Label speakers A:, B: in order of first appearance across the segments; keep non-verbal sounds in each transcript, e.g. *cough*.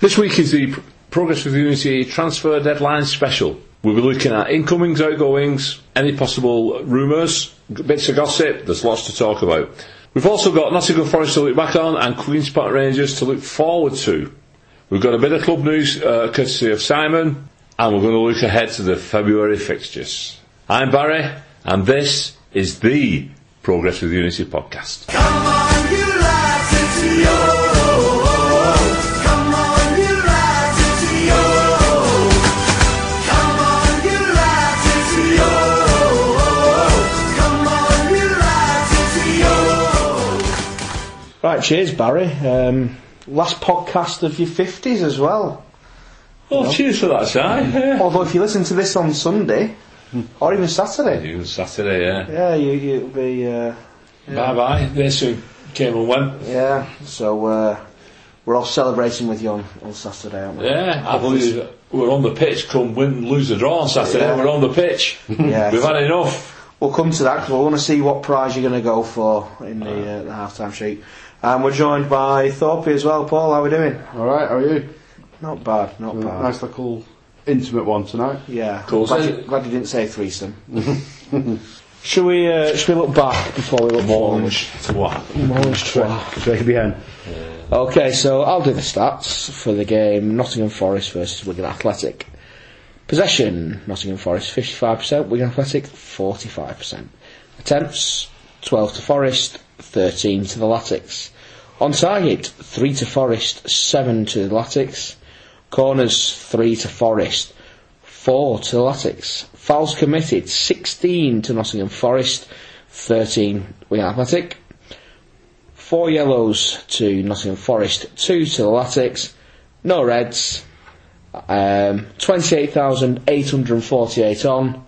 A: This week is the Progress with Unity transfer deadline special. We'll be looking at incomings, outgoings, any possible rumours, g- bits of gossip. There's lots to talk about. We've also got Nottingham Forest to look back on and Queen's Park Rangers to look forward to. We've got a bit of club news uh, courtesy of Simon, and we're going to look ahead to the February fixtures. I'm Barry, and this is the Progress with Unity podcast.
B: Come on, you lads, it's yo. Come on, you lads, it's yo. Come on, you lads, it's yo. Come on, you lads, it's yo.
C: Right, cheers, Barry. Um, last podcast of your 50s as well.
A: Well, Oh, cheers for that, Si. *laughs* Yeah.
C: Although, if you listen to this on Sunday, or even Saturday,
A: You Saturday, yeah.
C: yeah, you, you'll be. Uh,
A: Bye bye. This who came and went.
C: yeah, so uh, we're all celebrating with you on, on Saturday, aren't we?
A: Yeah, I believe we're on the pitch. Come win, lose or draw on Saturday.
C: Yeah.
A: We're on the pitch.
C: Yeah.
A: We've had enough.
C: We'll come to that because we want to see what prize you're going to go for in the, uh, the halftime sheet. And we're joined by Thorpe as well. Paul, how are we doing?
D: All right, how are you?
C: Not bad, not bad.
D: Nice little intimate one tonight.
C: Yeah,
A: Cool.
C: glad,
A: So-
C: you, glad you didn't say *laughs* threesome. should we? Uh, should we look back before we look forward?
A: Orange twat.
C: Orange twat.
D: Take it behind.
C: Okay, so I'll do the stats for the game Nottingham Forest versus Wigan Athletic. Possession Nottingham Forest 55%, Wigan Athletic 45%. Attempts 12 to Forest, 13 to the Latics. On target 3 to Forest, 7 to the Latics. Corners 3 to Forest, 4 to the Latics. Fouls committed 16 to Nottingham Forest, 13 Wigan Athletic four yellows to Nottingham Forest, two to the Latics, no reds, um, 28,848 on,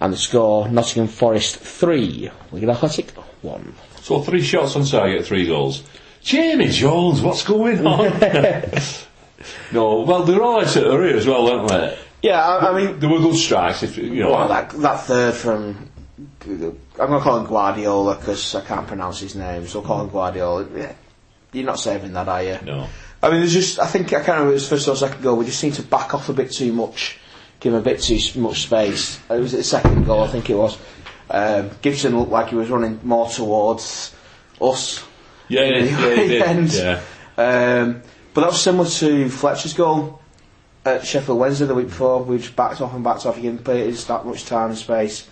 C: and the score Nottingham Forest 3, Wigan Athletic 1.
A: So three shots on target, three goals. Jamie Jones, what's going *laughs* on? no, well they were all out at area as well, weren't they?
C: Yeah, I, I mean,
A: They were good strikes, if you know.
C: well, that, that third from. I'm going to call him Guardiola because I can't pronounce his name, so I'll call him Guardiola. Yeah, You're not saving that, are you?
A: no.
C: I mean, there's just I think I can't remember it was first or second goal. We just seemed to back off a bit too much, give him a bit too s- much space. It was the second goal, I think it was. Um, Gibson looked like he was running more towards us.
A: Yeah,
C: *laughs*
A: yeah,
C: in the
A: yeah, he did,
C: end.
A: yeah.
C: Um, but that was similar to Fletcher's goal at Sheffield Wednesday the week before. We just backed off and backed off. You can play it that much time and space.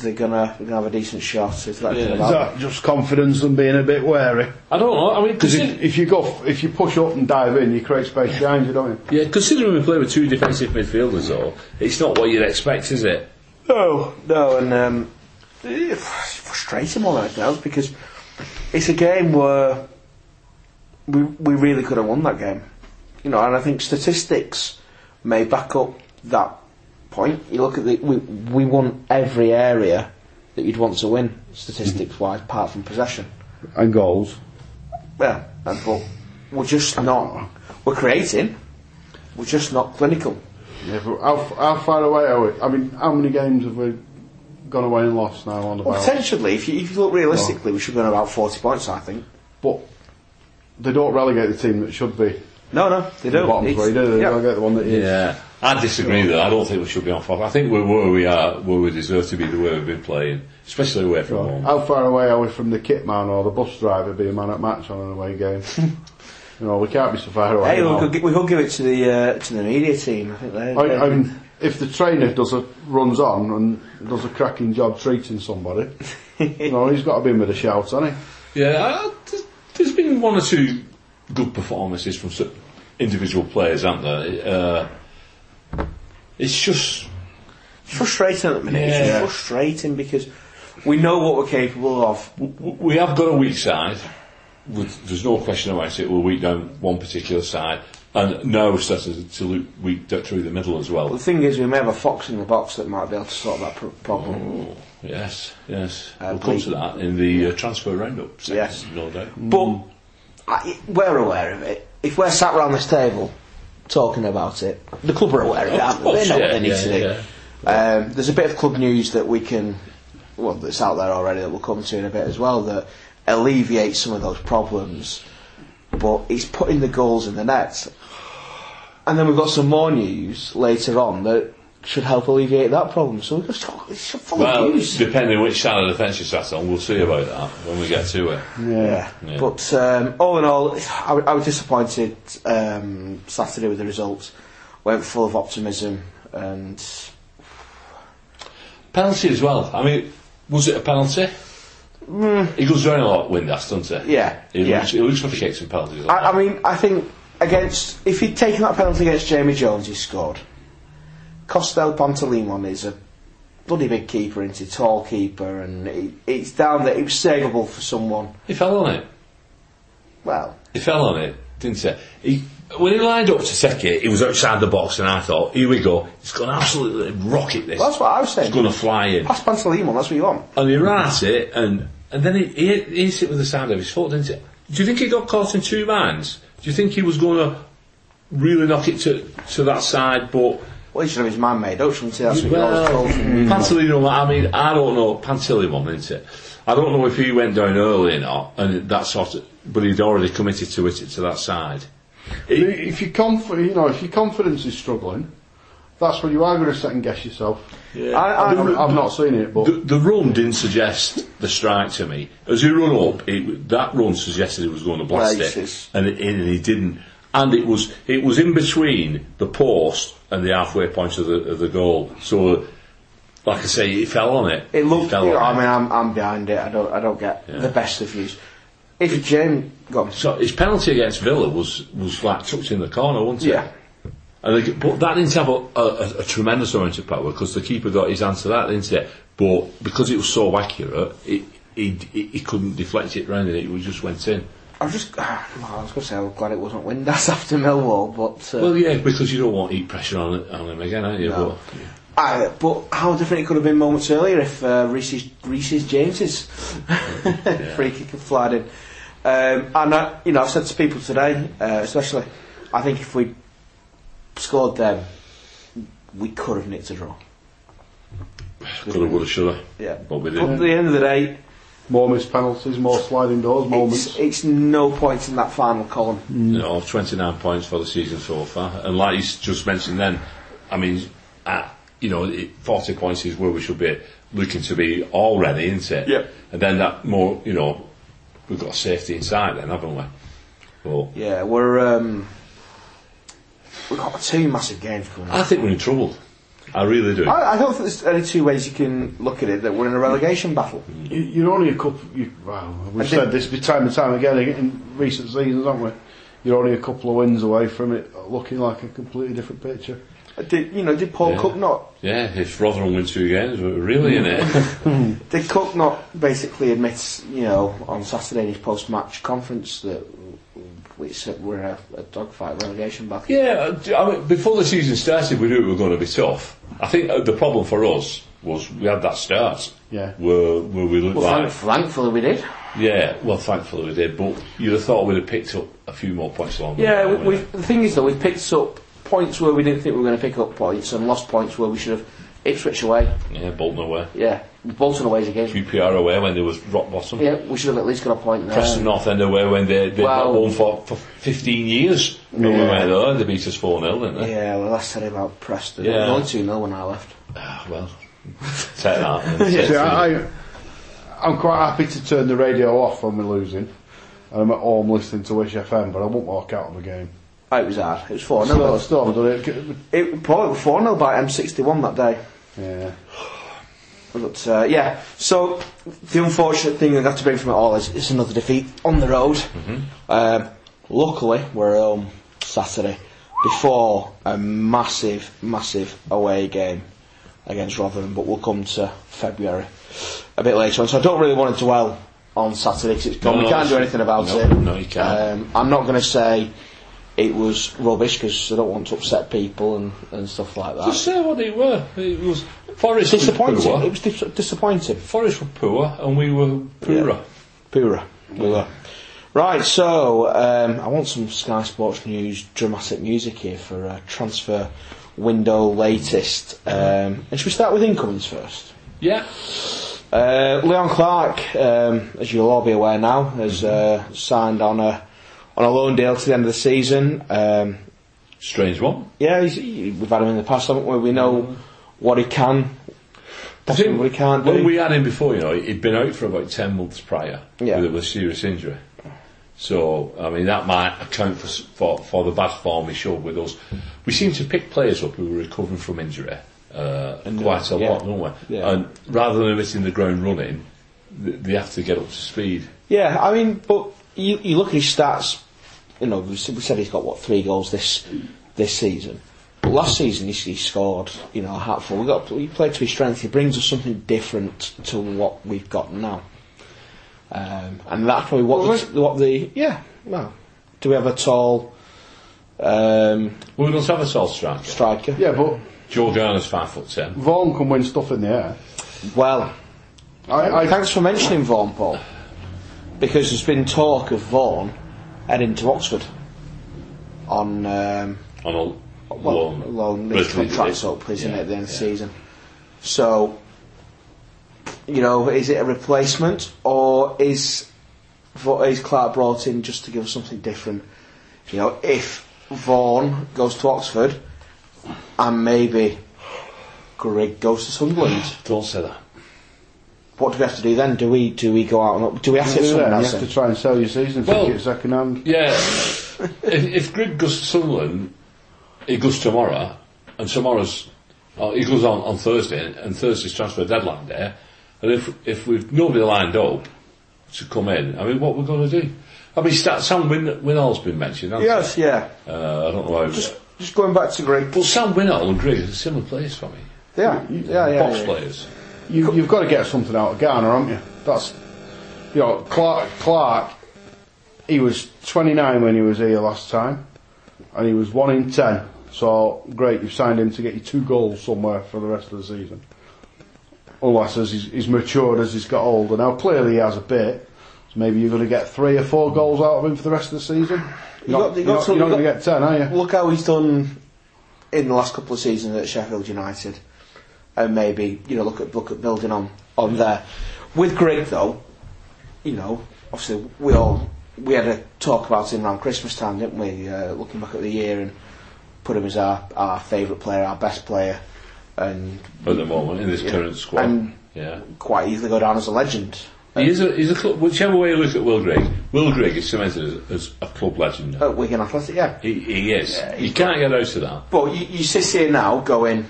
C: They're gonna, they're gonna have a decent shot. If that
A: Yeah.
C: yeah.
D: Is that just confidence and being a bit wary?
A: I don't know. I mean,
D: Because
A: consider-
D: if, if you go, f- if you push up and dive in, you create space behind you, don't you?
A: yeah, considering we play with two defensive midfielders, though, it's not what you'd expect, is it?
C: No, Oh, no, and um, it's frustrating more than anything else because it's a game where we we really could have won that game, you know. And I think statistics may back up that point. You look at the we we won every area that you'd want to win statistics wise, apart from possession.
D: And goals.
C: Yeah, and but we're just not. We're creating. We're just not clinical.
D: Yeah, but how, f- how far away are we? I mean, how many games have we gone away and lost now on the
C: Well,
D: bounce?
C: potentially, if you, if you look realistically, we should be on about forty points. I think.
D: But they don't relegate the team that should be
C: No, no, they
D: the
C: don't.
D: bottom
C: It's-
D: three, do they? They
C: yeah.
D: relegate the one that is.
A: Yeah, I disagree though. I don't think we should be on fourth. I think we're where we are, where we deserve to be, the way we've been playing, especially away from home.
D: How far away are we from the kit man or the bus driver being man at match on an
C: *laughs*
D: away game? you know, we can't be so far away.
C: Hey,
D: now.
C: we could, gi- we could give it to the uh, to the media team. I think they.
D: I, I mean, if the trainer does a runs on and does a cracking job
C: *laughs*
D: treating somebody, you know, he's got to be in with a shout, hasn't he?
A: Yeah, I, there's- there's been one or two good performances from cer- individual players, haven't there? Uh, it's just
C: it's frustrating at the minute. It's
A: Yeah.
C: just frustrating because we know what we're capable of.
A: w- w- we have got a weak side. With, there's no question about it. We're weak down one particular side, and now we're starting to look weak d- through the middle as well.
C: The thing is, we may have a fox in the box that might be able to sort that pro- problem.
A: Yes, yes.
C: Uh,
A: we'll come
C: we-
A: to that in the uh, transfer roundup. Section,
C: Yes.
A: no doubt.
C: But I, we're aware of it. If we're sat around this table talking about it, the club are aware of it. aren't They They know what they need
A: Yeah,
C: to
A: yeah,
C: do. Um, there's a bit of club news that we can, well, that's out there already that we'll come to in a bit as well that alleviates some of those problems. but he's putting the goals in the net. And then we've got some more news later on that should help alleviate that problem. So we've just got, it's full
A: Well,
C: of news.
A: depending which side of the fence you sat on, we'll see about that when we get to it.
C: Yeah.
A: Yeah.
C: But um, all in all, I, w- I was disappointed um, Saturday with the results. Went full of optimism and
A: Penalty as well. I mean, was it a penalty? He goes down a lot, Windass, doesn't he?
C: Mm. Yeah,
A: He,
C: yeah.
A: Looks, he looks for the kicks and penalties. doesn't
C: I,
A: he?
C: I mean, I think against if he'd taken that penalty against Jamie Jones, he scored. Costel Pantolimon is a bloody big keeper, isn't he? Tall keeper, and it, it's down there. It was savable for someone.
A: he fell on it.
C: Well,
A: He fell on it, didn't he? he when he lined up to take it, he was outside the box, and I thought, here we go. He's going to absolutely rocket this.
C: that's what I was
A: He's
C: saying.
A: going to fly in.
C: Pass Pantolimon. That's what you want.
A: And he ran at it, and, and then he, he, he hit it with the side of his foot, didn't he? Do you think he got caught in two minds? Do you think he was going to really knock it to, to that side, but
C: Well, he should have his man made up. Shouldn't he? That's what you
A: Well,
C: always told him.
A: Pantalino, I mean, I don't know. Pantalimo, isn't it? I don't know if he went down early or not, and that sort of, but he'd already committed to it to that side.
D: I mean, If your conf- you know, if your confidence is struggling, that's when you are going to second guess yourself.
C: I,
D: I
C: I,
D: don't- I've not seen it, but
A: The, the run didn't suggest the strike to me. As he run up, it, that run suggested he was going to blast
C: Places.
A: it, and, it, and he didn't. And it was it was in between the post and the halfway point of the of the goal. So, like I say, he fell on it. He
C: It looked.
A: fell
C: you know,
A: on
C: I
A: it.
C: mean, I'm, I'm behind it. I don't. I don't get the best of views. If James gone,
A: So his penalty against Villa was was like tucked in the corner, wasn't it?
C: Yeah.
A: And they, but that didn't have a, a, a tremendous amount of power because the keeper got his answer that, didn't it? But because it was so accurate, it, he, he, he couldn't deflect it round and it was- just went in.
C: I'm just. *sighs* I was going to say I'm glad it wasn't Windass *laughs* after Millwall, but uh,
A: Well, yeah, because you don't want heat pressure on, on him again, are you?
C: No. I, but how different it could have been moments earlier if uh, Reese's, Reese's James's *laughs* free kick had flied in. Um, and I, you know, I've said to people today, uh, especially, I think if we scored them, we could have nicked a draw.
A: But could have, would have, should have.
C: Yeah.
A: But we
C: But at
A: didn't.
C: the end of the day,
D: more missed penalties, more sliding doors, moments.
C: it's, it's no point in that final column.
A: You know, 29 points for the season so far. And like you s- just mentioned then, I mean, at, you know, it, 40 points is where we should be looking to be already, isn't it?
C: Yep.
A: And then that more, you know, we've got safety inside then, haven't we? But
C: Yeah, we're um, we've got two massive games coming. up.
A: I think we're in trouble. I really do.
C: I, I don't think there's only two ways you can look at it that we're in a relegation battle.
D: You- You're only a couple. You, well, we've
C: I think-
D: said this be- time and time again in recent seasons, haven't we? You're only a couple of wins away from it looking like a completely different picture.
C: Did you know? Did Paul
A: Yeah.
C: Cook not?
A: yeah, if Rotherham win two games, we're really in it.
C: *laughs* Did Cook not basically admit, you know, on Saturday in his post-match conference that we said we're in a, a dogfight relegation battle?
A: Yeah, I mean, before the season started, we knew it was going to be tough. I think uh, the problem for us was we had that start.
D: Yeah.
A: Where, where we looked
C: Well,
A: like.
C: thank, thankfully we did.
A: Yeah, well, thankfully we did, but you'd have thought we'd have picked up a few more points along the
C: Yeah,
A: way,
C: we,
A: wouldn't
C: we, the thing is though, we picked up points where we didn't think we were going to pick up points and lost points where we should have. Ipswich away,
A: we? Yeah, Bolton away.
C: yeah. Bolton away is a game.
A: QPR away when they was rock bottom.
C: Yeah, we should have at least got a point there.
A: Preston North End away when they, they'd not
C: Well-
A: won for, for 15 years. When we went there, they beat us 4 0, didn't they?
C: Yeah, well, that's said about Preston.
A: Yeah.
C: Only 2 0 when I left.
A: Ah, well, *laughs* take that.
C: *laughs*
A: then.
D: See, I, I, I'm quite happy to turn the radio off when we're losing. And I'm at home listening to Wish FM, but I won't walk out of a game.
C: Oh, it was hard. It was 4
D: No, I
C: 0.
D: still haven't done it.
C: It probably was 4 0 by M61 that day.
D: Yeah.
C: But uh, yeah, so the unfortunate thing we have to bring from it all is it's another defeat on the road.
A: Mm-hmm.
C: Um, luckily, we're at home Saturday before a massive, massive away game against Rotherham, but we'll come to February a bit later on. So I don't really want to dwell on Saturday because it's gone.
A: No,
C: we
A: no,
C: can't do
A: it's-
C: anything about
A: no,
C: it.
A: no, you can't.
C: Um, I'm not going to say it was rubbish because I don't want to upset people and, and stuff like that.
A: Just say what they were. It was Forest was
C: disappointing. It
A: poor.
C: was dis- disappointing.
A: Forest were poor, and we were poorer.
C: Pura. We were. Right, so um, I want some Sky Sports News dramatic music here for uh, transfer window latest. Um, and should we start with incomings first?
A: Yeah.
C: Uh, Leon Clark, um, as you'll all be aware now, has uh, signed on a on a loan deal to the end of the season. Um,
A: Strange one.
C: yeah, he's, he, we've had him in the past, haven't we? We know what he can, possibly what he can't do.
A: When we had him before, you know, he'd been out for about 10 months prior
C: Yeah.
A: with, a, with a serious injury. So, I mean, that might account for, s- for, for the bad form he showed with us. We seem to pick players up who were recovering from injury uh, quite a
C: yeah.
A: lot, don't we?
C: Yeah.
A: And rather than hitting the ground running, th- they have to get up to speed.
C: Yeah, I mean, but you, you look at his stats. You know, we s- we said he's got what three goals this this season. But last season he, s- he scored, you know, a hatful. We got he played to his strength. He brings us something different to what we've got now, um, and that's probably what the, t- what the yeah. Well, do we have a tall um,
A: Well, we don't have a tall striker.
C: striker?
D: Yeah, but
A: Joe Garner's 5 foot 10.
D: Vaughan can win stuff in the air.
C: Well,
D: I, I,
C: thanks for mentioning Vaughan, Paul, because there's been talk of Vaughan heading to Oxford on. Um,
A: On a
C: well,
A: loan.
C: loan
A: But
C: his
A: it-
C: contract's
A: it-
C: up, isn't
A: yeah,
C: it, at the end of the
A: yeah.
C: season? So, you know, is it a replacement or is Va- is Clark brought in just to give us something different? You know, if Vaughan goes to Oxford and maybe Grigg goes to Sunderland,
A: Don't say that.
C: what do we have to do then? Do we do we go out and up- do we have to
D: do
C: do
D: that.
C: someone
D: You
C: else?
D: have to
C: in?
D: try and sell your season
A: Well-
D: ticket second hand.
A: Yeah. if, if Greg goes to Sunderland, he goes tomorrow, and tomorrow's oh, he goes on on Thursday, and, and Thursday's transfer deadline day. And if if we've nobody lined up to come in, I mean, what we're going to do? I mean, Stat, Sam Win, Winall's been mentioned. Hasn't
C: Yes, yeah.
A: he? Uh, I don't know. How,
C: Just just going back to Grigg.
A: but Sam Winall and Greg are similar players for me.
C: Yeah, yeah, yeah.
A: Box
C: yeah.
A: players.
D: You, you've got to get something out of Garner, haven't you? That's, you know, Clark. Clark, he was 29 when he was here last time, and he was one in ten. So great, you've signed him to get you two goals somewhere for the rest of the season. Unless as he's, he's matured as he's got older. Now clearly he has a bit. So maybe you're going to get three or four goals out of him for the rest of the season. You're
C: got-
D: not,
C: you
D: you're
C: got
D: not,
C: to-
D: you're not
C: you
D: going to
C: got-
D: get ten, are you?
C: look how he's done in the last couple of seasons at Sheffield United, and maybe you know look at look at building on on there. With Greg though, you know, obviously we all we had a talk about him around Christmas time, didn't we? Uh, looking back at the year and put him as our our favourite player, our best player, and
A: At the moment, in this current squad,
C: And-
A: yeah,
C: quite easily go down as a legend.
A: he is a, he's a club. Whichever way you look at Will Greg, Will Greg is cemented as, as a club legend.
C: At Wigan Athletic, yeah.
A: He, he is. you can't get out of that.
C: But you, you sit here now going,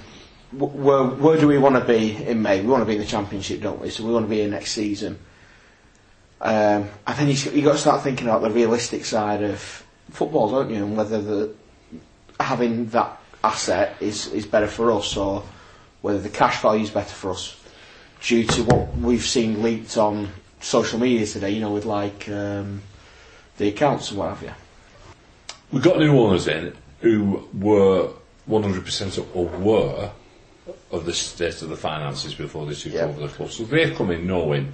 C: wh- where, where do we want to be in May? We want to be in the Championship, don't we? So we want to be here next season. Um, I think you've you got to start thinking about the realistic side of football, don't you? And whether the, having that asset is, is better for us or whether the cash value is better for us due to what we've seen leaked on social media today, you know, with like um, the accounts and what have you.
A: We got new owners in who were 100% or were of the state of the finances before they took
C: Yeah.
A: over the club. So they've come in knowing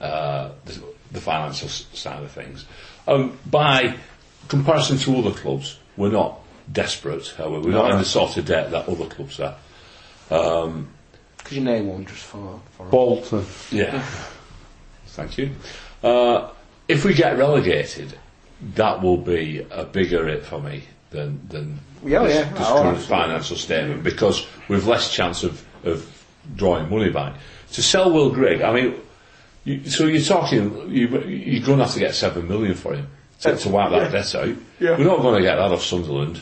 A: uh, the, the financial s- side of things. Um, by comparison to other clubs, we're not desperate, however, we're not in the sort of debt that other clubs are.
C: Could you name one just for, for
D: Bolton.
A: Yeah. Thank you. Uh, if we get relegated, that will be a bigger hit for me than than
C: Yeah,
A: this,
C: yeah.
A: this
C: Oh,
A: current
C: absolutely.
A: financial statement because we've less chance of, of drawing money back. To sell Will Grigg, I mean, you, so you're talking you, you're going to have to get seven million for him to, to wipe that debt out.
C: Yeah.
A: We're not going to get that off Sunderland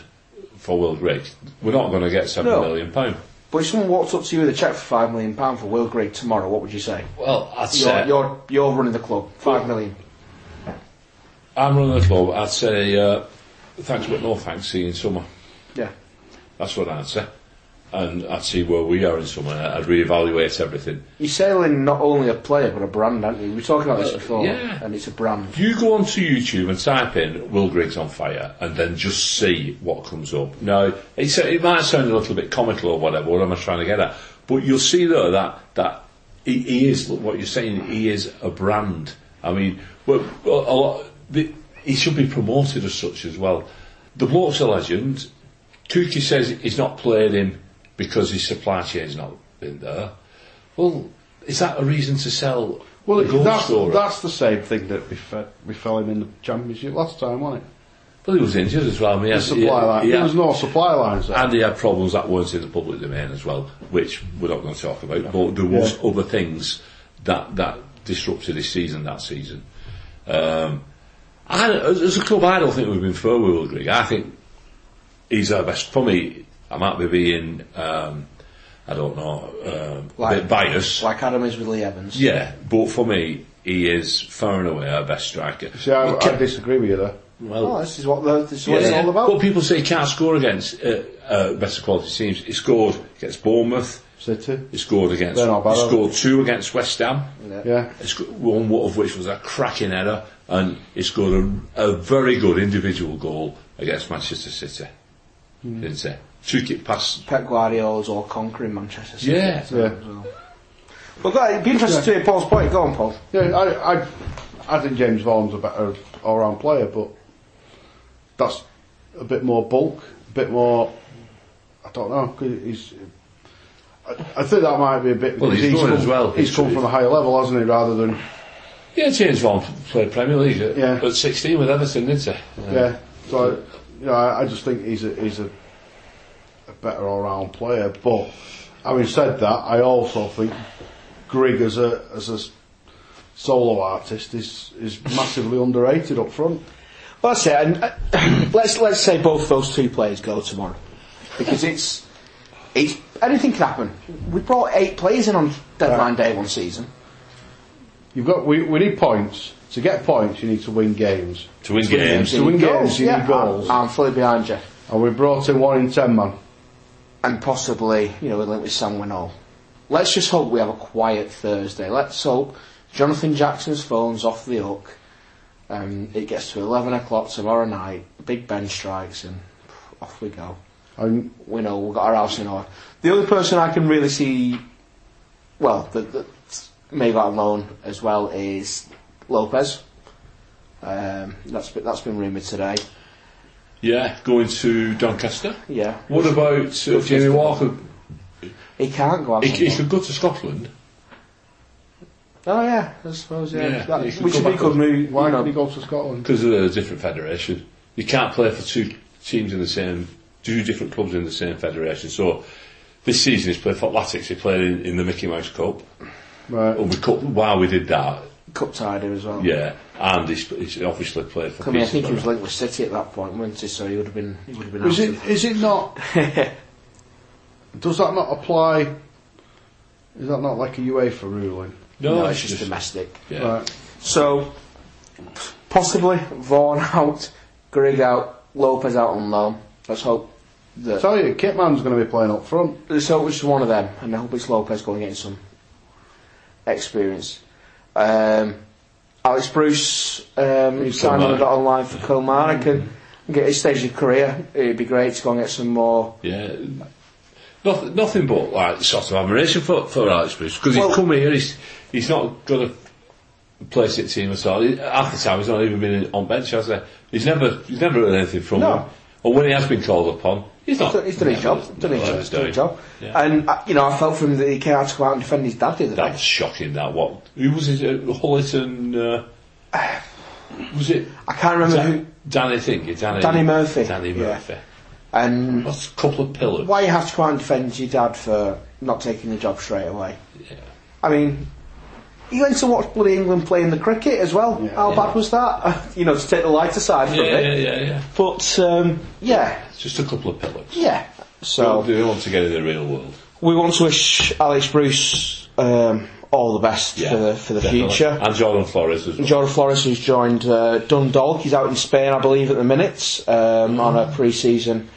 A: for Will Grigg. We're not going to get seven
C: No.
A: million pound.
C: But if someone walked up to you with a cheque for five million pound for Will Grigg tomorrow, what would you say?
A: Well, I'd
C: You're
A: say
C: you're, you're running the club. Five million.
A: I'm running the club. I'd say uh, thanks, but no thanks. See you in summer.
C: Yeah.
A: That's what I'd say. And I'd see where we are in summer. I'd reevaluate everything.
C: You're selling not only a player but a brand, aren't you? We were talking about this before,
A: Uh, yeah.
C: and it's a brand.
A: You go onto YouTube and type in "Will Griggs on fire" and then just see what comes up. Now, it's, it might sound a little bit comical or whatever. What am I trying to get at? But you'll see though that that he, he is look, what you're saying. He is a brand. I mean, well, a lot, the, he should be promoted as such as well. The bloke's a legend. Tuki says he's not played him because his supply chain's not been there. Well, is that a reason to sell?
D: Well,
A: a goal
D: that's,
A: scorer?
D: that's the same thing that bef- befell him in the championship last time, wasn't it?
A: But he was injured as well. I mean, he had-
D: supply
A: he had-
D: line.
A: he
D: There
A: had-
D: was no supply lines there.
A: And he had problems that weren't in the public domain as well, which we're not going to talk about. But there was other things that that disrupted his season that season. Um, I, don't- as as a club, I don't think we've been fair with Ulrich. I think he's our best. For me, I might be being, um, I don't know, um, a bit biased.
C: Like Adam is with Lee Evans.
A: Yeah, but for me, he is far and away our best striker.
D: See, I,
A: He ca-
D: I disagree with you there.
A: well,
C: Oh, this is what, the, this is what it's
A: yeah.
C: all about.
A: But people say he can't score against uh, uh, better quality teams. He scored against Bournemouth.
D: City.
A: He scored against.
D: They're not bad,
A: he
D: are they?
A: scored two against West Ham.
D: Yeah.
A: He sco- one of which was a cracking error, and he scored a, a very good individual goal against Manchester City.
D: Hmm.
A: Didn't he? Two kick pass.
C: Pep Guardiola's all conquering Manchester City.
A: Yeah.
D: Yeah.
C: But go- it'd be interesting to hear Paul's point. Go on, Paul.
D: Yeah, I, I, I think James Vaughan's a better all-round player, but that's a bit more bulk, a bit more. I don't know. 'cause He's. I, I think that might be a bit.
A: Well, he's
D: because
A: good
D: come,
A: as well.
D: He's come from a higher level, hasn't he? Rather than
A: Yeah, James Vaughan played Premier League at,
D: Yeah.
A: at 16 with Everton, didn't he?
D: yeah. So, you know, I, I just think he's a, he's a, a better all-round player. But having said that, I also think Grigg as a as a s- solo artist is is massively underrated up front.
C: Well, that's it. And uh, *clears throat* let's let's say both those two players go tomorrow because it's it's anything can happen. We brought eight players in on deadline day one season.
D: You've got we, we need points. To get points, you need to win games,
A: To win games.
D: To win
C: Goals,
D: games, you need
C: yeah,
D: goals.
C: I'm, I'm fully behind you,
D: and we brought in one in ten man.
C: and possibly you know we're linked with Sam Winall. Let's just hope we have a quiet Thursday. Let's hope Jonathan Jackson's phone's off the hook. Um, it gets to eleven o'clock tomorrow night. Big Ben strikes, and off we go.
D: And
C: we know we've got our house in order. The only person I can really see, well, that, that may got on loan as well is Lopez. Um, that's be- that's been rumoured today.
A: Yeah, going to Doncaster.
C: Yeah,
A: What about uh, Jamie Walker?
C: he can't go. out
A: He,
C: on
A: he
C: loan.
A: could go to Scotland.
C: Oh yeah, I suppose yeah.
A: Yeah,
C: That-
A: he could
C: which
A: go
C: would be a
A: back
C: good
A: up.
C: move.
D: why
C: you know.
D: did he go to Scotland?
A: because they're a different federation. You can't play for two teams in the same, two different clubs in the same federation. So this season he's played for Latics, he played in, in the Mickey Mouse Cup.
D: Right.
A: And we cut, while we did that,
C: Cup tider as well.
A: yeah, and he's, he's obviously played for
C: I mean, I think he was
A: Peterborough.
C: linked with City at that point, wasn't he? So he would have been, he would have been.
D: Is
C: outed.
D: it is
A: *laughs*
D: it not? does that not apply? Is that not like a UEFA ruling?
C: No, it's just domestic.
A: yeah.
D: Right.
C: So, possibly Vaughan *laughs* out, Grigg out, Lopez out on loan. Let's hope that.
D: tell you, Kitman's going to be playing up front.
C: Let's hope it's one of them, and I hope it's Lopez going getting some experience. Um, Alex Bruce um, signed on
A: Kilmarnock.
C: dot online for Kilmarnock and get his stage of career. It'd be great to go and get some more.
A: Yeah. Nothing, nothing but like sort of admiration for, for Alex Bruce because
C: Well-
A: he's come here. He's he's not going to play sit team at all. He- Half the time he's not even been in, on bench. Has he? He's never he's never heard anything from
C: No.
A: him. Or when he has been called upon, he's not.
C: He's done his
A: Yeah,
C: job. Done his
A: well,
C: job.
A: he's
C: Done his job.
A: Yeah.
C: And uh, you know, I felt from that he came out to go out and defend his dad the other
A: That
C: day.
A: was shocking. That what? Who was it? Uh, Hullet uh, was it
C: I can't remember
A: Dan,
C: who.
A: Danny Thingy? Danny,
C: Danny Murphy.
A: Danny
C: Yeah.
A: Murphy.
C: And
A: That's a couple of pillars.
C: why you have to go out and defend your dad for not taking the job straight away?
A: Yeah.
C: I mean, he went to watch bloody England playing the cricket as well.
D: Yeah.
C: How bad was that? *laughs* you know, to take the lighter side from
A: Yeah,
C: it.
A: yeah, yeah, yeah.
C: But um, yeah,
A: It's just a couple of pillars.
C: yeah.
A: Don't
C: So
A: do want to get in the real world.
C: we want to wish Alex Bruce um, all the best for the, for the
A: definitely.
C: future.
A: And Jordan Flores as well.
C: Jordan Flores, who's joined uh, Dundalk, he's out in Spain, I believe, at the minute um, on a pre-season.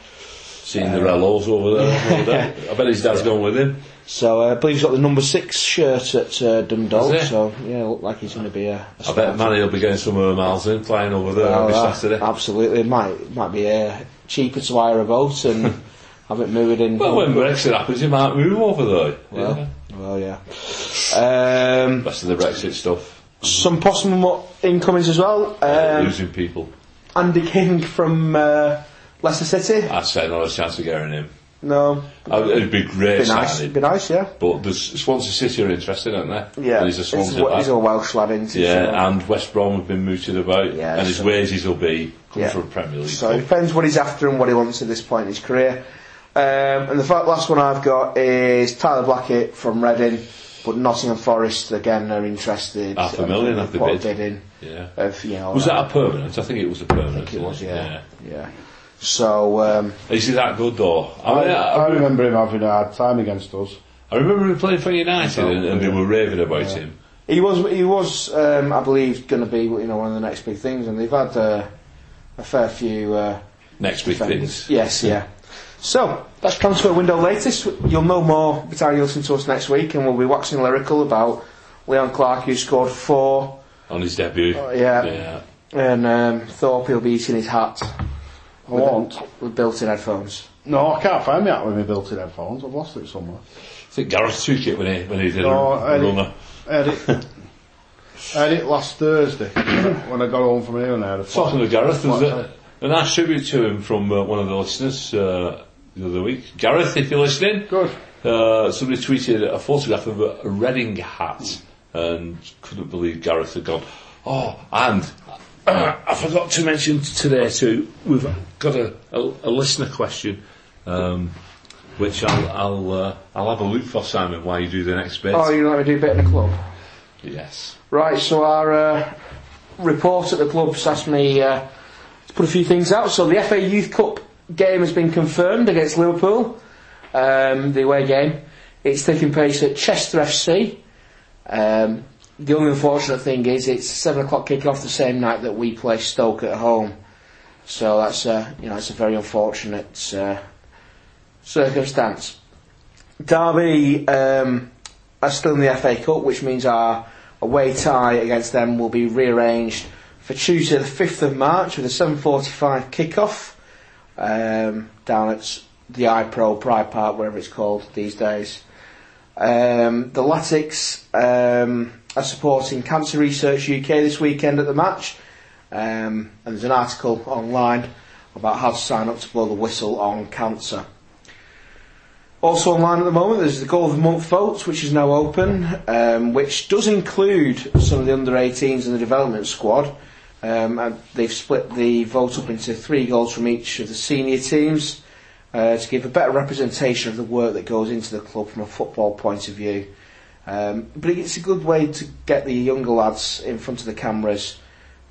A: Seeing the Rellos over there. no doubt. I bet his dad's gone with him.
C: So uh, I believe he's got the number six shirt at uh, Dundalk.
A: Is it?
C: So yeah, look like he's going to be a. a
A: I bet
C: starter.
A: Manny will be getting some of the miles in, flying over there
C: Well,
A: every
C: uh,
A: Saturday.
C: Absolutely, it might it might be uh, cheaper to hire a
A: *laughs*
C: boat and have it moved in.
A: well, when Brexit happens, he might move over there.
C: well,
A: Yeah.
C: well, yeah. Um,
A: Rest of the Brexit stuff.
C: some possible mo- incomings as well. Um,
A: Losing people.
C: Andy King from uh, Leicester City.
A: I'd say not a chance of getting him.
C: No.
A: Uh, It'd be great,
C: Be nice.
A: signing.
C: Be nice, yeah.
A: but there's Swansea City are interested, aren't they?
C: Yeah.
A: and he's a Swansea
C: Wa-
A: lad.
C: he's a Welsh lad, isn't he?
A: yeah,
C: So-
A: and West Brom have been mooted about,
C: Yeah,
A: and his
C: so-
A: wages will be coming
C: Yeah.
A: from Premier League.
C: So it depends what he's after and what he wants at this point in his career. Um, and the fa- last one I've got is Tyler Blackett from Reading, but Nottingham Forest again are interested.
A: Half a million,
C: and
A: have they
C: put a
A: bid?
C: in
A: yeah,
C: of you know.
A: was
C: uh,
A: that a permanent? I think it was a permanent.
C: I think it was,
A: wasn't
C: yeah, yeah. So um,
A: Is he that good though? I,
D: I,
A: mean, Oh, I,
D: I remember him having a hard time against us.
A: I remember him playing for United, and, and they
D: Yeah.
A: were raving about him.
C: he was he was um, I believe going to be you know one of the next big things, and they've had uh, a fair few. Uh,
A: Next big
C: defenders.
A: things.
C: Yes, yeah. So that's transfer window latest. You'll know more by the time you listen to us next week, and we'll be waxing lyrical about Leon Clark, who scored four,
A: on his debut.
C: Oh, yeah.
A: yeah.
C: and um, Thorpe will be eating his hat
D: I want.
C: with built-in headphones.
D: No, I can't find me out with my built-in headphones. I've lost it somewhere.
A: I think Gareth took it when he when he did
D: No,
C: Oh,
A: a
D: I didn't.
A: runner.
D: I
A: *laughs*
D: had it. I had it last Thursday when I got home from here and I had a
A: Talking of Gareth, there's
D: What?
A: a, a nice tribute to him from uh, one of the listeners uh, the other week. Gareth, if you're listening,
D: Good.
A: Uh, somebody tweeted a photograph of a Reading hat and couldn't believe Gareth had gone. Oh, and *clears throat* uh, I forgot to mention today too. We've got a, a, a listener question, um, which I'll I'll uh, I'll have a look for Simon while you do the next bit.
C: Oh, you let me do a bit in the club.
A: Yes.
C: Right, so our uh, report at the club's asked me uh, to put a few things out. So the FA Youth Cup game has been confirmed against Liverpool, um, the away game. It's taking place at Chester FC. Um, the only unfortunate thing is it's seven o'clock kicking off the same night that we play Stoke at home. So that's uh, you know it's a very unfortunate uh, circumstance. Derby um, are still in the FA Cup, which means our away tie against them will be rearranged for Tuesday, the fifth of March, with a seven forty-five kickoff um, down at the iPro Pride Park, wherever it's called these days. Um, the Latics um, are supporting Cancer Research UK this weekend at the match, um, and there's an article online about how to sign up to blow the whistle on cancer. Also online at the moment, there's the Goal of the Month votes, which is now open, um, which does include some of the under 18s and the development squad. Um, and they've split the vote up into three goals from each of the senior teams uh, to give a better representation of the work that goes into the club from a football point of view. Um, but it's a good way to get the younger lads in front of the cameras,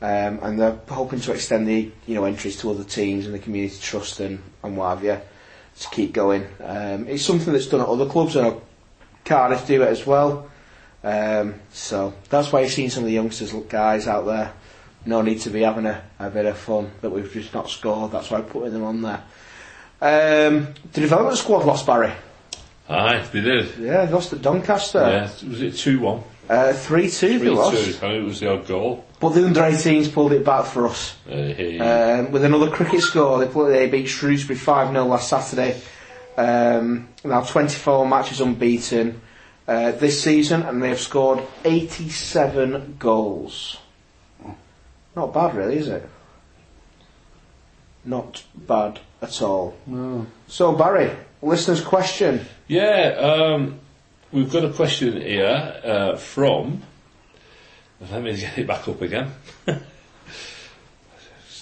C: um, and they're hoping to extend the you know entries to other teams and the community trust and, and what have you to keep going. Um, it's something that's done at other clubs. I know Cardiff do it as well. Um, so that's why you're seeing some of the youngsters, look, guys out there. No need to be having a, a bit of fun that we've just not scored. That's why I'm putting them on there. Um, the development squad lost Barry.
A: Aye, they did.
C: Yeah, they lost at Doncaster.
A: Yeah, was it two one?
C: Uh, 3 2 they
A: Three
C: lost.
A: two. I think it was the odd goal.
C: But the under 18s pulled it back for us.
A: Uh, he,
C: Um, with another cricket score, they, play, they beat Shrewsbury 5 0 last Saturday. Um, now 24 matches unbeaten uh, this season, and they have scored 87 goals. Not bad, really, is it? Not bad at all.
D: No.
C: So, Barry, listener's question.
A: Yeah, um, we've got a question here uh, from. Let me get it back up again. *laughs* Just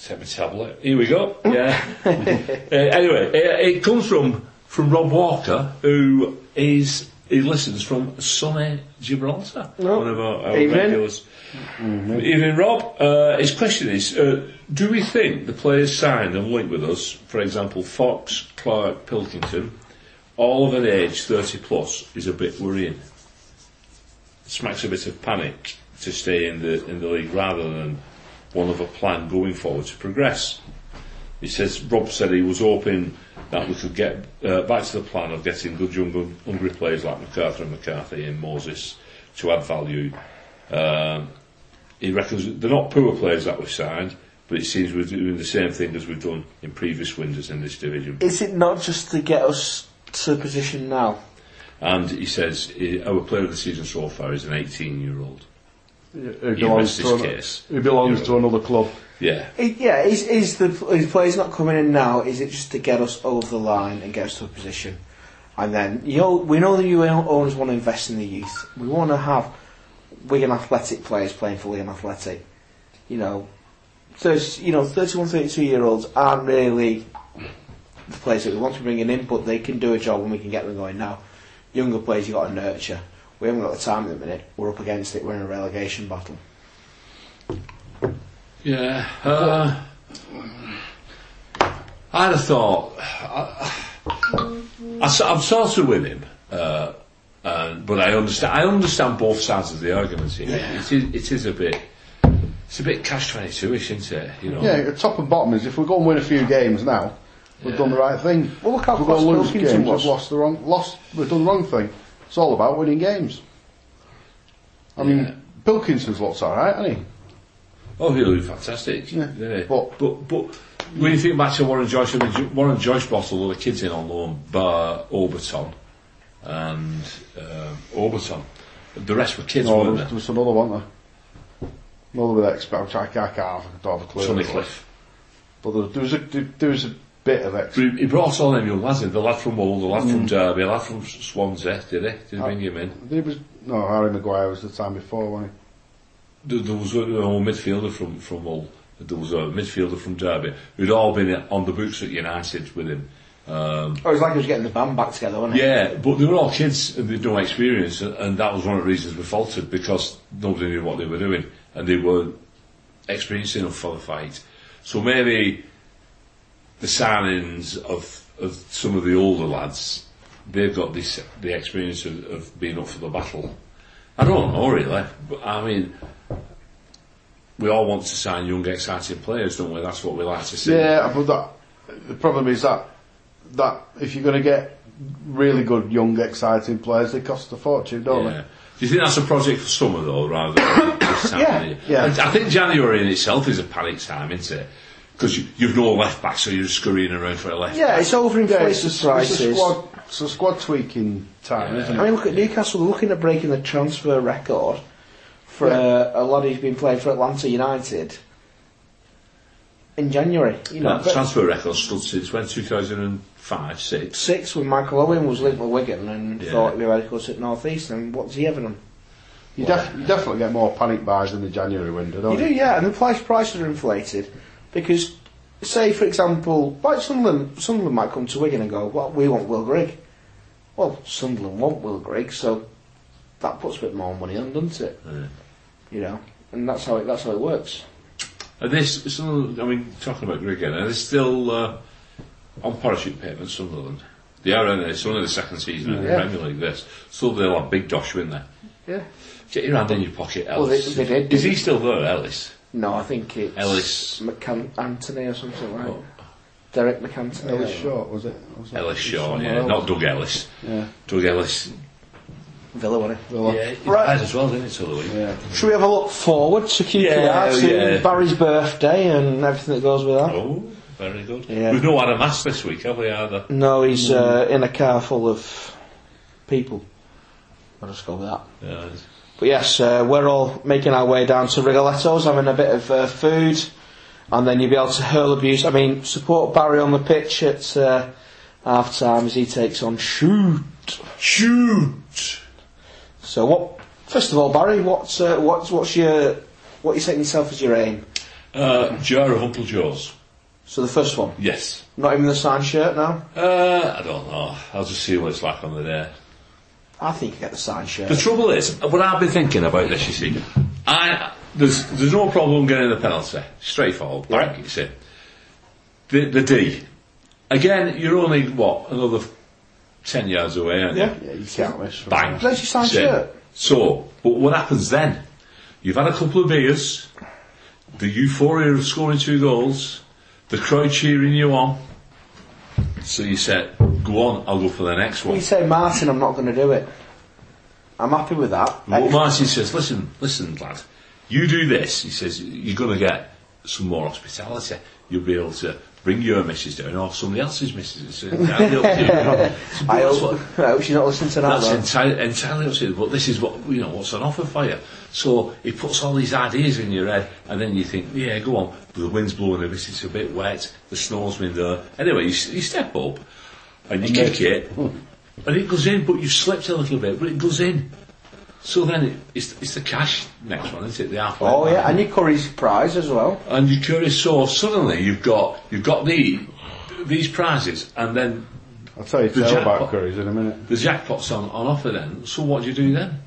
A: Take my tablet. Here we go. Yeah. *laughs* Uh, anyway, it, it comes from from Rob Walker, who is he listens from sunny Gibraltar,
C: Oh,
A: one of our, our
C: evening.
A: regulars. Evening, Rob. Uh, his question is: uh, Do we think the players signed and linked with us, for example, Fox, Clark, Pilkington, all of an age thirty plus, is a bit worrying? smacks a bit of panic to stay in the in the league rather than one of a plan going forward to progress. He says Rob said he was hoping that we could get uh, back to the plan of getting good young gun- hungry players like MacArthur and McCarthy and Moses to add value. Um, he reckons they're not poor players that we've signed, but it seems we're doing the same thing as we've done in previous windows in this division.
C: Is it not just to get us to the position now?
A: And he says eh, our player of the season so far is an 18 year old.
D: Who
A: You missed
D: belongs
A: his
D: to an,
A: case.
D: who belongs
A: You're-
D: to another club?
A: Yeah.
C: It, yeah, is is the is players not coming in now? Is it just to get us over the line and get us to a position? And then you know, we know the you owners want to invest in the youth. We want to have Wigan Athletic players playing for Wigan Athletic. You know, so it's- you know, 31, 32 year olds aren't really the players that we want to bring in, but they can do a job and we can get them going now. Younger players you got to nurture. We haven't got the time at the minute. We're up against it. We're in a relegation battle.
A: Yeah. Uh, I'd have thought. I, I, am sort of with him, uh, uh, but I understand. I understand both sides of the argument here. It, is, it is a bit. It's a bit cash twenty two ish, isn't it? You know.
D: Yeah, top and bottom is if we go and win a few games now, we've done the right thing. Well, look how we're going to lose
C: Wilkinson
D: games.
C: was.
D: We've lost the wrong, lost. We've done the wrong thing. It's all about winning games. I mean,
A: Yeah.
D: Wilkinson's looked all right, hasn't he?
A: Oh, he looked fantastic.
D: Yeah.
A: didn't he?
D: But-
A: but but when you think back to Warren Joyce, I mean, Ju- Warren Joyce brought a lot of kids in on loan, bar Overton and um Overton. The rest were kids,
D: No, there
A: weren't
D: was,
A: they?
D: there was another one there. Another with ex. I can't, I can't- don't have a clue.
A: Sonny Cliff.
D: But there, there was a there, there was a bit of ex.
A: But he, he brought all them young lads in. The lad from Hull, the lad from Derby, the lad from S- Swansea, did he? Did he bring him in?
D: There was no Harry Maguire was the time before, wasn't
A: There, there was a, a midfielder from, from Hull. There was a midfielder from Derby who'd all been on the books at United with him. Um,
C: Oh, it's like he was getting the band back together, wasn't it?
A: yeah, but they were all kids and they'd no experience, and, and that was one of the reasons we faltered because nobody knew what they were doing and they weren't experienced enough for the fight. So maybe the signings of of some of the older lads, they've got this the experience of, of being up for the battle. I don't know really, but I mean. We all want to sign young, exciting players, don't we? That's what we like to see.
D: he? Yeah, but that the problem is that that if you're going to get really good young exciting players, they cost a fortune, don't
A: Yeah. Do you think that's a project for summer though, rather than *coughs* this time?
C: Yeah,
A: of year?
D: yeah.
A: And I think January in itself is a panic time, isn't it? Because you, you've no left back, so you're scurrying around for a left.
C: Yeah, it's overinflated
D: they? Yeah, it's, a, it's a
C: prices.
D: squad. It's a squad tweaking time, isn't
C: I
D: it?
C: mean, look at Newcastle. They're looking at breaking the transfer record for uh, a, a lad who's been playing for Atlanta United in January. You know,
A: That transfer record stood since when 2005, six.
C: six when Michael Owen was linked with Wigan and
A: Yeah.
C: thought it'd be radical to North East. And what's he having them?
D: You, def- you definitely get more panic buys in the January window, don't
C: You
D: you?
C: do, yeah, and the price prices are inflated because, say for example, like Sunderland, Sunderland might come to Wigan and go, "Well, we want Will Grigg." Well, Sunderland want Will Grigg, so that puts a bit more money on, doesn't it?
A: Yeah.
C: You know, and that's how it that's how it works.
A: And this, some, I mean, talking about Greg again, are they still uh, on parachute payment, Sunderland? They are, aren't they? It's only the second season in the
C: Yeah.
A: Premier League, this. So they'll have big dosh, won't they?
C: Yeah.
A: Get your hand in your pocket,
C: Well, they-
A: Ellis.
C: they did,
A: Is
C: didn't
A: he still there, Ellis?
C: No, I think it's
A: Ellis.
C: McCann Anthony or something like
A: Oh.
C: Derek McAntony.
D: Ellis Short was it? Was it?
A: Ellis Shaw,
D: Somewhere
A: yeah.
D: else.
A: Not Doug Ellis.
D: Yeah.
A: Doug Ellis.
C: Villa won it.
D: Villa.
A: Yeah, he
C: Right.
A: died as well, didn't he, till the week?
D: Yeah.
C: Should we have a look forward to QPR,
A: Yeah,
C: to
A: yeah.
C: Barry's birthday and everything that goes with that?
A: Oh, very good.
C: Yeah.
A: We've not had a mass this week, have we, either?
C: No, he's uh, in a car full of people. I'll just go with that.
A: Yeah.
C: But yes, uh, we're all making our way down to Rigoletto's, having a bit of uh, food, and then you'll be able to hurl abuse. I mean, support Barry on the pitch at uh, half time as he takes on shoot.
A: Shoot!
C: So what? First of all, Barry, what's uh, what's what's your what are you setting yourself as your aim?
A: Uh, jar of Uncle Joe's.
C: So the first one,
A: Yes.
C: not even the signed shirt now.
A: Uh, I don't know. I'll just see what it's like on the day.
C: I think you get the signed
A: The
C: shirt.
A: trouble is, what I've been thinking about this, you see, I there's there's no problem getting the penalty. Straightforward, right? You see, the the D. Again, you're only what another ten yards away, aren't
C: Yeah.
A: you?
D: Yeah, you can't miss. from
A: Bang.
C: There's your signed
A: See?
C: shirt.
A: So, but what happens then? You've had a couple of beers, the euphoria of scoring two goals, the crowd cheering you on. So you said, "Go on, I'll go for the next one."
C: You say Martin, I'm not going to do it. I'm happy with that.
A: Well, Martin says, listen, listen, lad, you do this. He says, you're going to get some more hospitality. You'll be able to bring your missus down or somebody else's missus. It's
C: *laughs*
A: entirely up to you. It's-
C: I
A: that's
C: hope,
A: what-
C: *laughs* I hope she's not listening to that.
A: that's
C: though.
A: enti- entirely up to you. But this is what you know. What's on offer for you? So he puts all these ideas in your head, and then you think, yeah, go on. But the wind's blowing a bit. It's a bit wet. The snow's been there. Anyway, you, s- you step up, and you kick
C: *laughs*
A: it, and it goes in. But you've slipped a little bit, but it goes in. So then it, it's, it's the cash next one, isn't it? The halfway.
C: Oh
A: line
C: yeah, and your curry's prize as well.
A: and you curious so suddenly you've got you've got the these prizes and then
D: I'll tell you
A: The
D: tale
A: jackpot.
D: about curries in a minute.
A: the jackpot's on, on offer then so what do you do then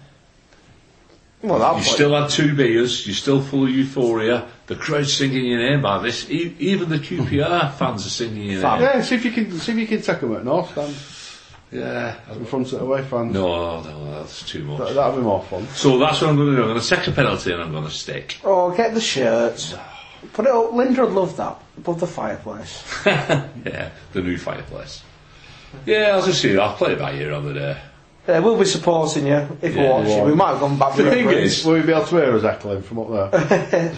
C: Well, that
A: you
C: point-
A: still had two beers you're still full of euphoria the crowd's singing your name by this e- even the QPR
C: Hmm.
A: fans are singing your name
D: Yeah, see if you can see if you can take them at North Stand
A: yeah
D: in front of the away fans.
A: no no that's too much
D: That, that'd be more fun.
A: so that's what I'm going to do I'm going to take a penalty and I'm going to stick *laughs*
C: Oh, get the shirts. Put it up. Linda would love that above the fireplace.
A: yeah the new fireplace yeah as I say I'll play it by ear on the day
C: Yeah, Uh, we'll be supporting you if
A: Yeah.
C: we're watching. We might have
A: *laughs*
C: gone back.
A: The
C: for
A: thing
C: reference.
A: is-
D: Will we be able to hear us echoing from up there?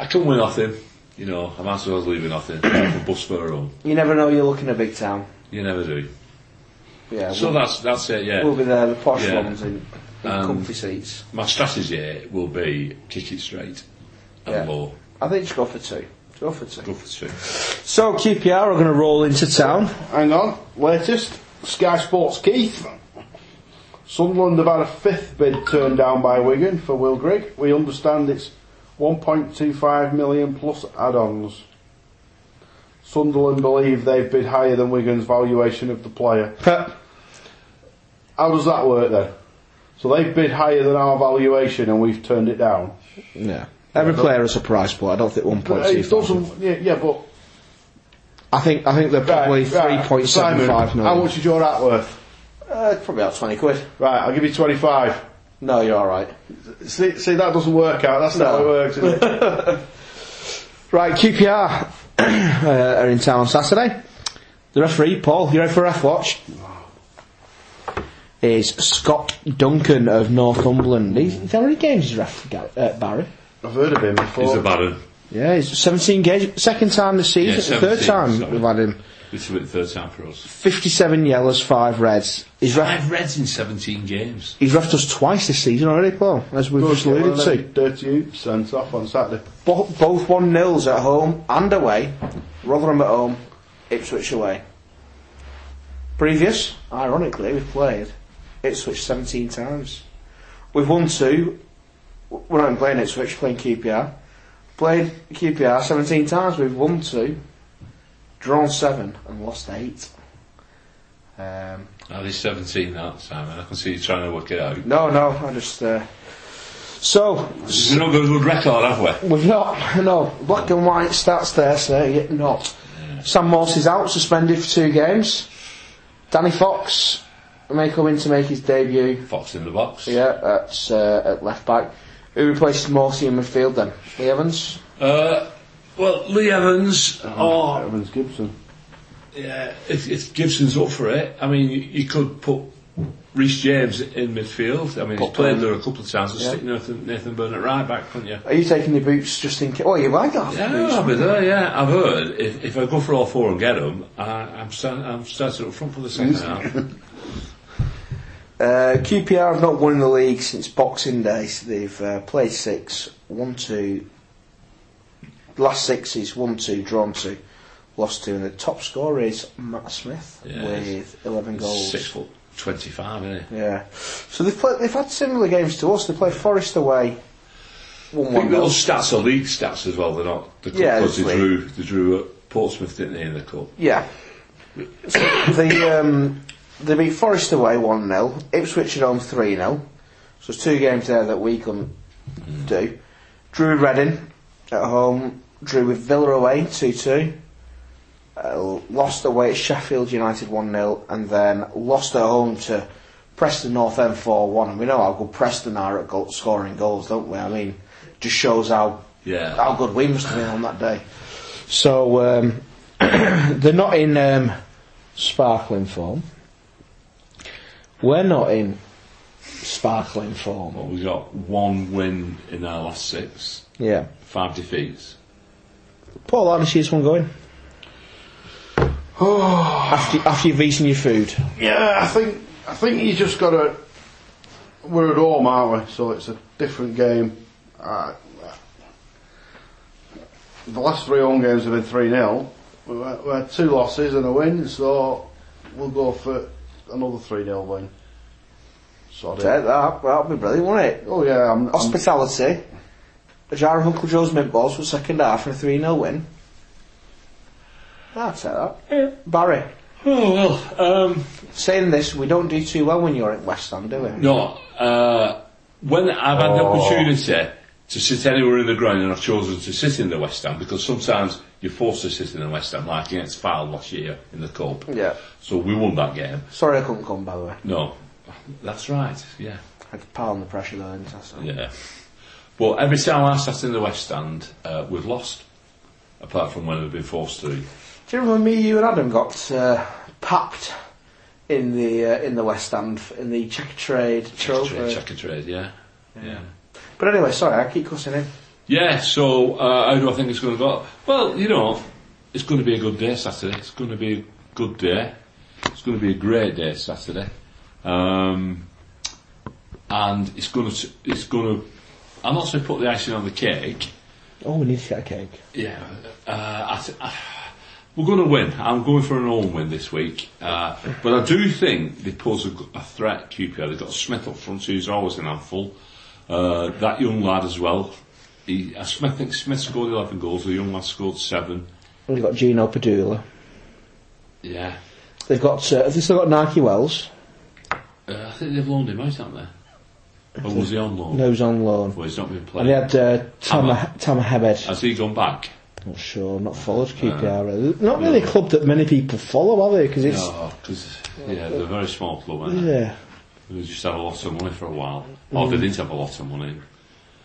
A: I can win nothing you know I might as well leave with nothing *coughs* I'll bus for home
C: you never know. You're looking at big town.
A: you never do
C: Yeah,
A: So
C: we'll,
A: that's that's it. Yeah.
C: we'll be there. The posh
A: Yeah.
C: ones in, in
A: Um,
C: comfy seats.
A: My strategy will be kick it straight and
C: Yeah.
A: low.
C: I think just go for two. Just go for two.
A: Go for two.
C: So QPR are going to roll into town.
D: Hang on. Latest Sky Sports Keith. Sunderland have had a fifth bid turned down by Wigan for Will Grigg. We understand it's 1.25 million plus add-ons. Sunderland believe they've bid higher than Wigan's valuation of the player. How does that work then? So they've bid higher than our valuation and we've turned it down.
E: Yeah. Every player is a prize, but I don't think one point
D: But
E: two
D: it
E: five.
D: doesn't. Yeah, yeah but
E: I think I think they're probably
D: right, right,
E: three point seven five
D: Simon, How
E: million.
D: much is your at worth?
C: Uh, probably about twenty quid.
D: Right, I'll give you 25.
C: No, you're all right.
D: See, see, that doesn't work out. That's not how it works, is it?
E: Right, QPR *clears throat* uh, are in town on Saturday. The referee, Paul, you ready for ref watch? Is Scott Duncan of Northumberland. He's, he's how many games he's ref Ga- uh, Barry?
D: I've heard of him
A: He's
D: before.
A: a baron.
E: Yeah, he's 17 games. Second time this season,
A: Yeah,
E: third
A: 17,
E: time
A: sorry.
E: we've had him.
A: This will be the third time for us.
E: 57 yellows, 5 reds. He's, ref,
A: Five reds in 17 games.
E: he's refed us twice this season already, Paul, as we've
D: Good,
E: just alluded
D: one of
E: to.
D: them Dirty Oops sent off on Saturday.
C: Bo- both one nils at home and away. Rotherham at home, Ipswich away. Previous, ironically, we've played Ipswich 17 times. We've won two. W- We're not even playing Ipswich, playing QPR. Played QPR 17 times. We've won two, drawn seven, and lost eight. Um,
A: That is 17 Oh, that, Simon. I can see you trying to work it out.
C: no, no, I just. Uh, so,
A: This is not got a good record, have we?
C: We've not. No, black and white stats there, sir. Yet not. Sam Morse is out, suspended for two games. Danny Fox may come in to make his debut.
A: Fox in the box.
C: Yeah, at uh, at left back. Who replaces Morse in midfield then? Lee Evans.
A: Uh, well, Lee Evans, or
D: Evans Gibson.
A: yeah, if, if Gibson's up for it, I mean, you, you could put Reece James in midfield. I mean, he's played there a couple of times and stick Nathan, Nathan Byrne at right back, couldn't you?
C: Are you taking your boots just in case? Oh, you might have
A: Yeah,
C: boots.
A: I'll be there. Yeah, I've heard. If, if I go for all four and get them, I, I'm, stand, I'm starting up front for the second half. *laughs*
C: Uh, QPR have not won the league since Boxing Day. So they've uh, played six, won two. Last six is one two, drawn two, lost two, and the top scorer is Matt Smith
A: Yes.
C: with eleven goals.
A: Six foot twenty-five, isn't it?
C: Yeah, so they've played, they've had similar games to us. They played Forest away, one
A: I think
C: one.
A: those stats are league stats as well. They're not the cup
C: Yeah,
A: 'cause
C: it's
A: they
C: league.
A: drew. They drew at Portsmouth, didn't they, in the cup?
C: Yeah, the um, they beat Forest away one 0 Ipswich at home three 0 So there's two games there that we can do. Drew with Reading at home. Drew with Villa away two two. Uh, lost away at Sheffield United one 0 and then lost at home to Preston North End four one. And we know how good Preston are at goal- scoring goals, don't we? I mean, just shows how
A: Yeah.
C: how good we must have been on that day.
E: So um, *coughs* they're not in um, sparkling form. We're not in sparkling form.
A: Well, we got one win in our last six,
E: Yeah.
A: five defeats.
E: Paul, how does this one
C: *sighs*
E: going? after, after you've eaten your food.
D: Yeah, I think I think you just got to. We're at home, aren't we? So it's a different game. Uh, the last three home games have been three 0 we, had- we had two losses and a win, so we'll go for another three 0 win. Sorry.
C: That, that, that'll be brilliant, won't it?
D: Oh yeah, I'm, I'm
C: Hospitality. A jar of Uncle Joe's meatballs for the second half and a 3 0 win. I'll take that. Barry,
A: Oh well. Um,
C: saying this, we don't do too well when you're at West Ham, do we?
A: no. Uh, when I've had
C: Oh.
A: the opportunity to sit anywhere in the ground, and I've chosen to sit in the West Ham because sometimes you're forced to sit in the West Ham, like against File last year in the cup.
C: Yeah.
A: So we won that game.
C: Sorry I couldn't come, by the way.
A: No, that's right. Yeah,
C: I could pound the pressure though, and that's all.
A: yeah. But every time I sat in the West Stand, uh, we've lost. Apart from when we've been forced to.
C: Do you remember me, you and Adam got uh, papped in the uh, in the West End f- in the checker trade trophy?
A: Trade, check and trade, yeah. Yeah.
C: But anyway, sorry, I keep cussing him.
A: Yeah, so uh, how do I think it's going to go? Well, you know, it's going to be a good day Saturday. It's going to be a good day. It's going to be a great day Saturday. Um, and it's going to, it's going to, I'm not saying put the icing on the cake.
E: Oh, we need to get a cake.
A: Yeah, uh, I th- I, we're going to win. I'm going for an home win this week, uh, but I do think they pose a, g- a threat. QPR. They've got Smith up front, who's always an handful. Uh, that young lad as well. He, I, Smith, I think Smith scored 11 goals. The young lad scored seven.
E: We've got Gino Padula.
A: Yeah,
E: They've got, uh, have they still got Nike Wells?
A: uh, I think they've loaned him out, haven't they? Or was he on loan?
E: No, he's on loan.
A: Well, he's not been
E: And
A: playing.
E: they had uh, Tam, Tam Hebed.
A: Has he gone back?
E: Not sure, not followed
A: uh,
E: QPR. really. Not really a club that many people follow, are they? Because it's.
A: No, because yeah, they're a very small club, aren't they?
E: Yeah. Mm.
A: They just had a lot of money for a while. Or they didn't have a lot of money.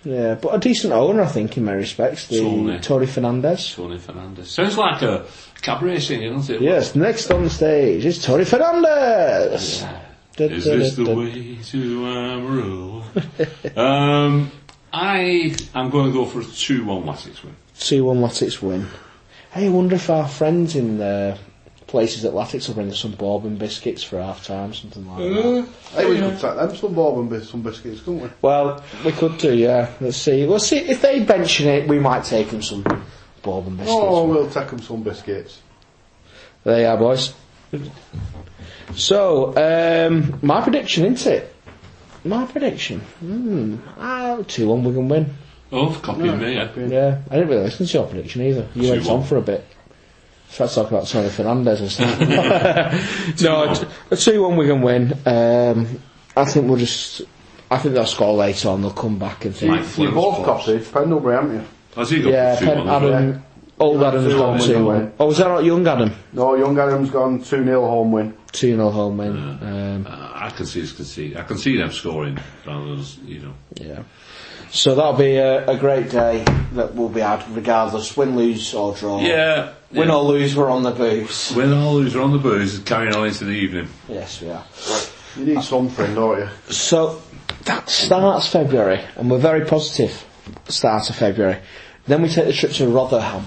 E: Yeah, but a decent owner, I think, in many respects. The
A: Tony.
E: Tory Fernandez.
A: Tony Fernandez. Sounds like a cabaret singer, doesn't it?
E: Yes, next on stage is Tory Fernandez.
A: Is this the way to Amarillo? um, I am going to go for a 2-1 Latics win.
E: Two one Latics win. Hey, I wonder if our friends in the places at Latics will bring us some bourbon biscuits for half time, something like that.
A: Uh.
D: Hey, we could take them some bourbon bis- some biscuits, couldn't we?
E: Well, we could do, yeah. Let's see. We'll see if they mention it. We might take them some bourbon biscuits.
D: Oh, we'll take them some biscuits.
E: There you are, boys. So, um, my prediction, isn't it? My prediction. Hmm. Ah, 2 1 we can win.
A: Oh, copying me, yeah.
E: Yeah. I didn't really listen to your prediction either. You went
A: 2-1.
E: on for a bit. Try to talk about Tony Fernandez and stuff.
A: *laughs*
E: no, 2 1 we can win. Um, I think we'll just. I think they'll score later on. They'll come back and think.
A: Right.
D: You both copied Pendlebury, haven't you?
A: Has he got
E: Yeah,
A: for 2-1
E: Pen-
A: as well?
E: Adam. Old Adam's
D: Two
E: gone
D: one,
E: 2
D: yeah.
E: 1. Oh, was that not young Adam?
D: No, young Adam's gone 2 0 home win.
E: 2 0 home win. Um,
A: Uh, I can see, can see, I can see them scoring rather than, you know.
E: Yeah. So that'll be a, a great
C: Great
E: day.
C: day that will be had, regardless win, lose or draw.
A: Yeah.
C: Win
A: yeah.
C: or lose, we're on the booze.
A: Win all who's on the booze and carrying on into the evening.
C: Yes, we are.
D: You need something, don't you?
E: So that starts February, and we're very positive. Start of February. Then we take the trip to Rotherham,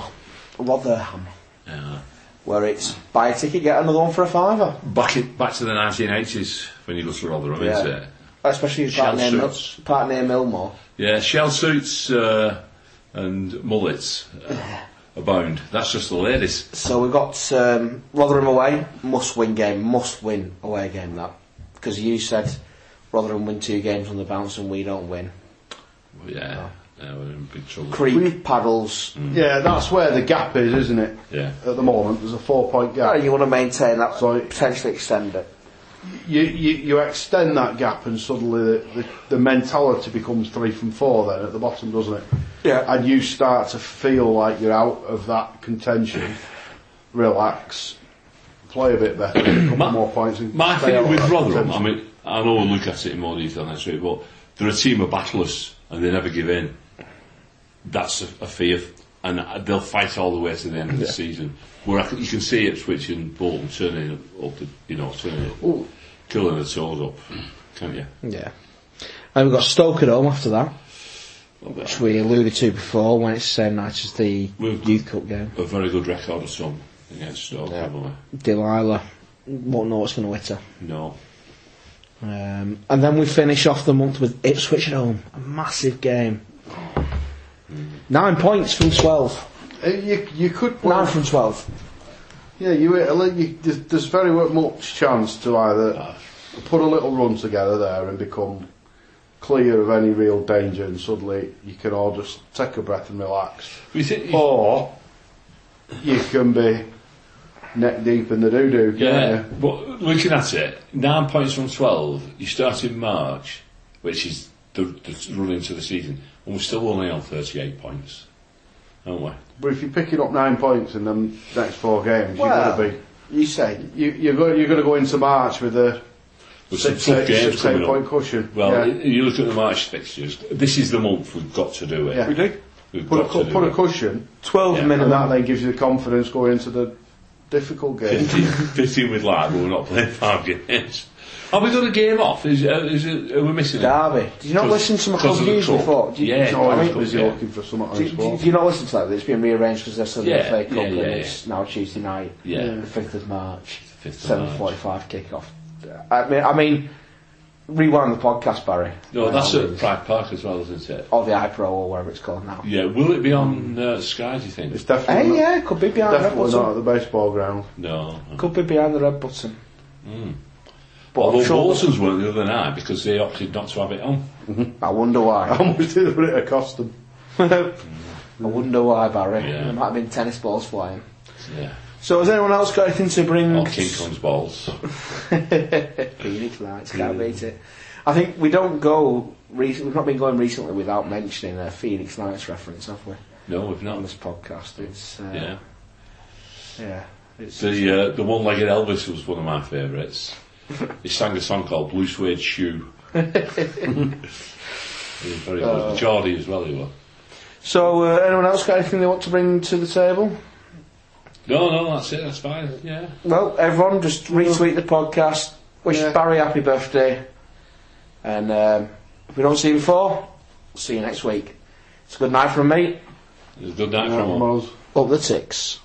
C: Rotherham,
A: Yeah.
C: where it's buy a ticket, get another one for a fiver.
A: Back, in, back to the 1980s when you go to Rotherham,
C: Yeah.
A: isn't it?
C: Especially if part near,
A: Shell
C: Mil-
A: suits.
C: part near Millmore.
A: Yeah, shell suits uh, and mullets uh, abound. That's just the ladies.
C: So we've got um, Rotherham away, must win game, must win away game that. Because you said Rotherham win two games on the bounce and we don't win.
A: Yeah, yeah we're in big trouble.
C: Creek paddles.
D: Yeah, that's where the gap is, isn't it?
A: yeah.
D: At the moment, there's a four point
C: Oh,
D: gap.
C: you want to maintain that,
D: So-
C: potentially extend it.
D: You, you, you extend that gap, and suddenly the, the, the mentality becomes three from four, then at the bottom, doesn't it?
C: Yeah.
D: And you start to feel like you're out of that contention. Relax, play a bit better, a couple
A: My-
D: more points. And
A: My
D: stay
A: thing
D: out of
A: with
D: that
A: Rotherham, I
D: contention.
A: mean, I know we'll look at it in more detail next week, but they're a team of battlers and they never give in. That's a, a fear, and uh, they'll fight all the way to the end of the season. Where I can, you can see Ipswich and Bolton turning up, the, you know, turning up, killing the toes up, can you?
E: Yeah. And we've got Stoke at home after that. which we alluded to before when it's the same night as the
A: We've-
E: Youth Cup game.
A: A very good record of some against Stoke, probably.
E: Delilah won't know what's going to hit her.
A: No.
E: Um, and then we finish off the month with Ipswich at home. A massive game. Nine points from 12.
D: Uh, You, you could
E: Nine from 12.
D: Yeah, you, uh, you there's, there's very wa- much chance to either put a little run together there and become clear of any real danger, and suddenly you can all just take a breath and relax,
A: We think
D: or you can be neck deep in the doo doo.
A: yeah, but looking at it, nine points from 12, you start in March, which is the, the run into the season, and we're still only on 38 points, aren't we?
D: But if you're picking up nine points in the next four games,
C: Well-
D: you're going to
C: You say
D: be you, you're going you're going to go into March with a
A: With some
D: six,
A: tough
D: six,
A: games
D: six
A: coming
D: eight
A: up.
D: point cushion.
A: Well,
D: yeah.
A: y- you look at the March fixtures, this is the month we've got to do it.
D: Yeah.
C: we do.
A: We've
D: put a
A: got
D: cu-
A: to do
D: put a
A: it.
D: cushion.
C: 12
A: Yeah.
D: And
C: minimum.
D: that then gives you the confidence going into the difficult game.
A: 15, 15 with live, but we're not playing five games. Have we got a game off? Is, uh, is it, are we missing it?
C: Derby. Did you not
A: Because-
C: listen to my
A: because of the
C: reviews
A: cup.
C: before? Did you-
A: Yeah.
D: It's
A: I
D: always
A: mean-
D: busy
A: yeah.
D: looking for something on
C: Do,
D: his
C: do,
D: ball.
C: do you not listen to that? It's been rearranged because they've said the
A: Yeah,
C: FA Cup
A: yeah,
C: and
A: yeah,
C: it's now Tuesday night,
A: Yeah.
C: the 5th of March,
A: 5th of
C: 7.45 kickoff. I mean, I mean, rewind the podcast, Barry.
A: No, that's
C: By all
A: at
C: means.
A: Pride Park as well, isn't it?
C: Or the iPro or whatever it's called now.
A: Yeah, will it be on uh, Sky, do you think?
D: It's definitely,
C: Hey,
D: not,
C: yeah, it could be behind the red
D: definitely
C: button.
D: not at the baseball ground. *laughs*
A: No.
C: Could be behind the red button. But
A: Although
C: I'm sure-
A: Walton's weren't the other night because they opted not to have it on.
C: I wonder
D: How
A: *laughs*
C: why.
D: much did it cost them?
C: I wonder why, Barry.
A: Yeah.
C: There might have been tennis balls flying.
A: Yeah.
C: So has anyone else got anything to bring?
A: Or King Kong's balls.
C: Phoenix Lights, can't beat it. I think we don't go. Rec- we've not been going recently without mentioning a Phoenix Lights reference, have we?
A: No, we've
C: On
A: not.
C: this podcast, it's uh,
A: Yeah.
C: yeah, it's
A: The uh, the one legged Elvis was one of my
C: *laughs*
A: favourites. He sang a song called Blue Suede Shoe. he was very
C: Uh.
A: good. Geordie as well, he was.
C: So uh, anyone else got anything they want to bring to the table?
A: No, no, that's it, that's fine. Yeah.
C: Well, everyone just retweet the podcast. Wish
D: Yeah.
C: Barry happy birthday, and um, if we don't see you before, see you next week. It's a good night from me.
A: It was a good night
D: Yeah,
A: from all.
D: Moz.
C: Up the ticks.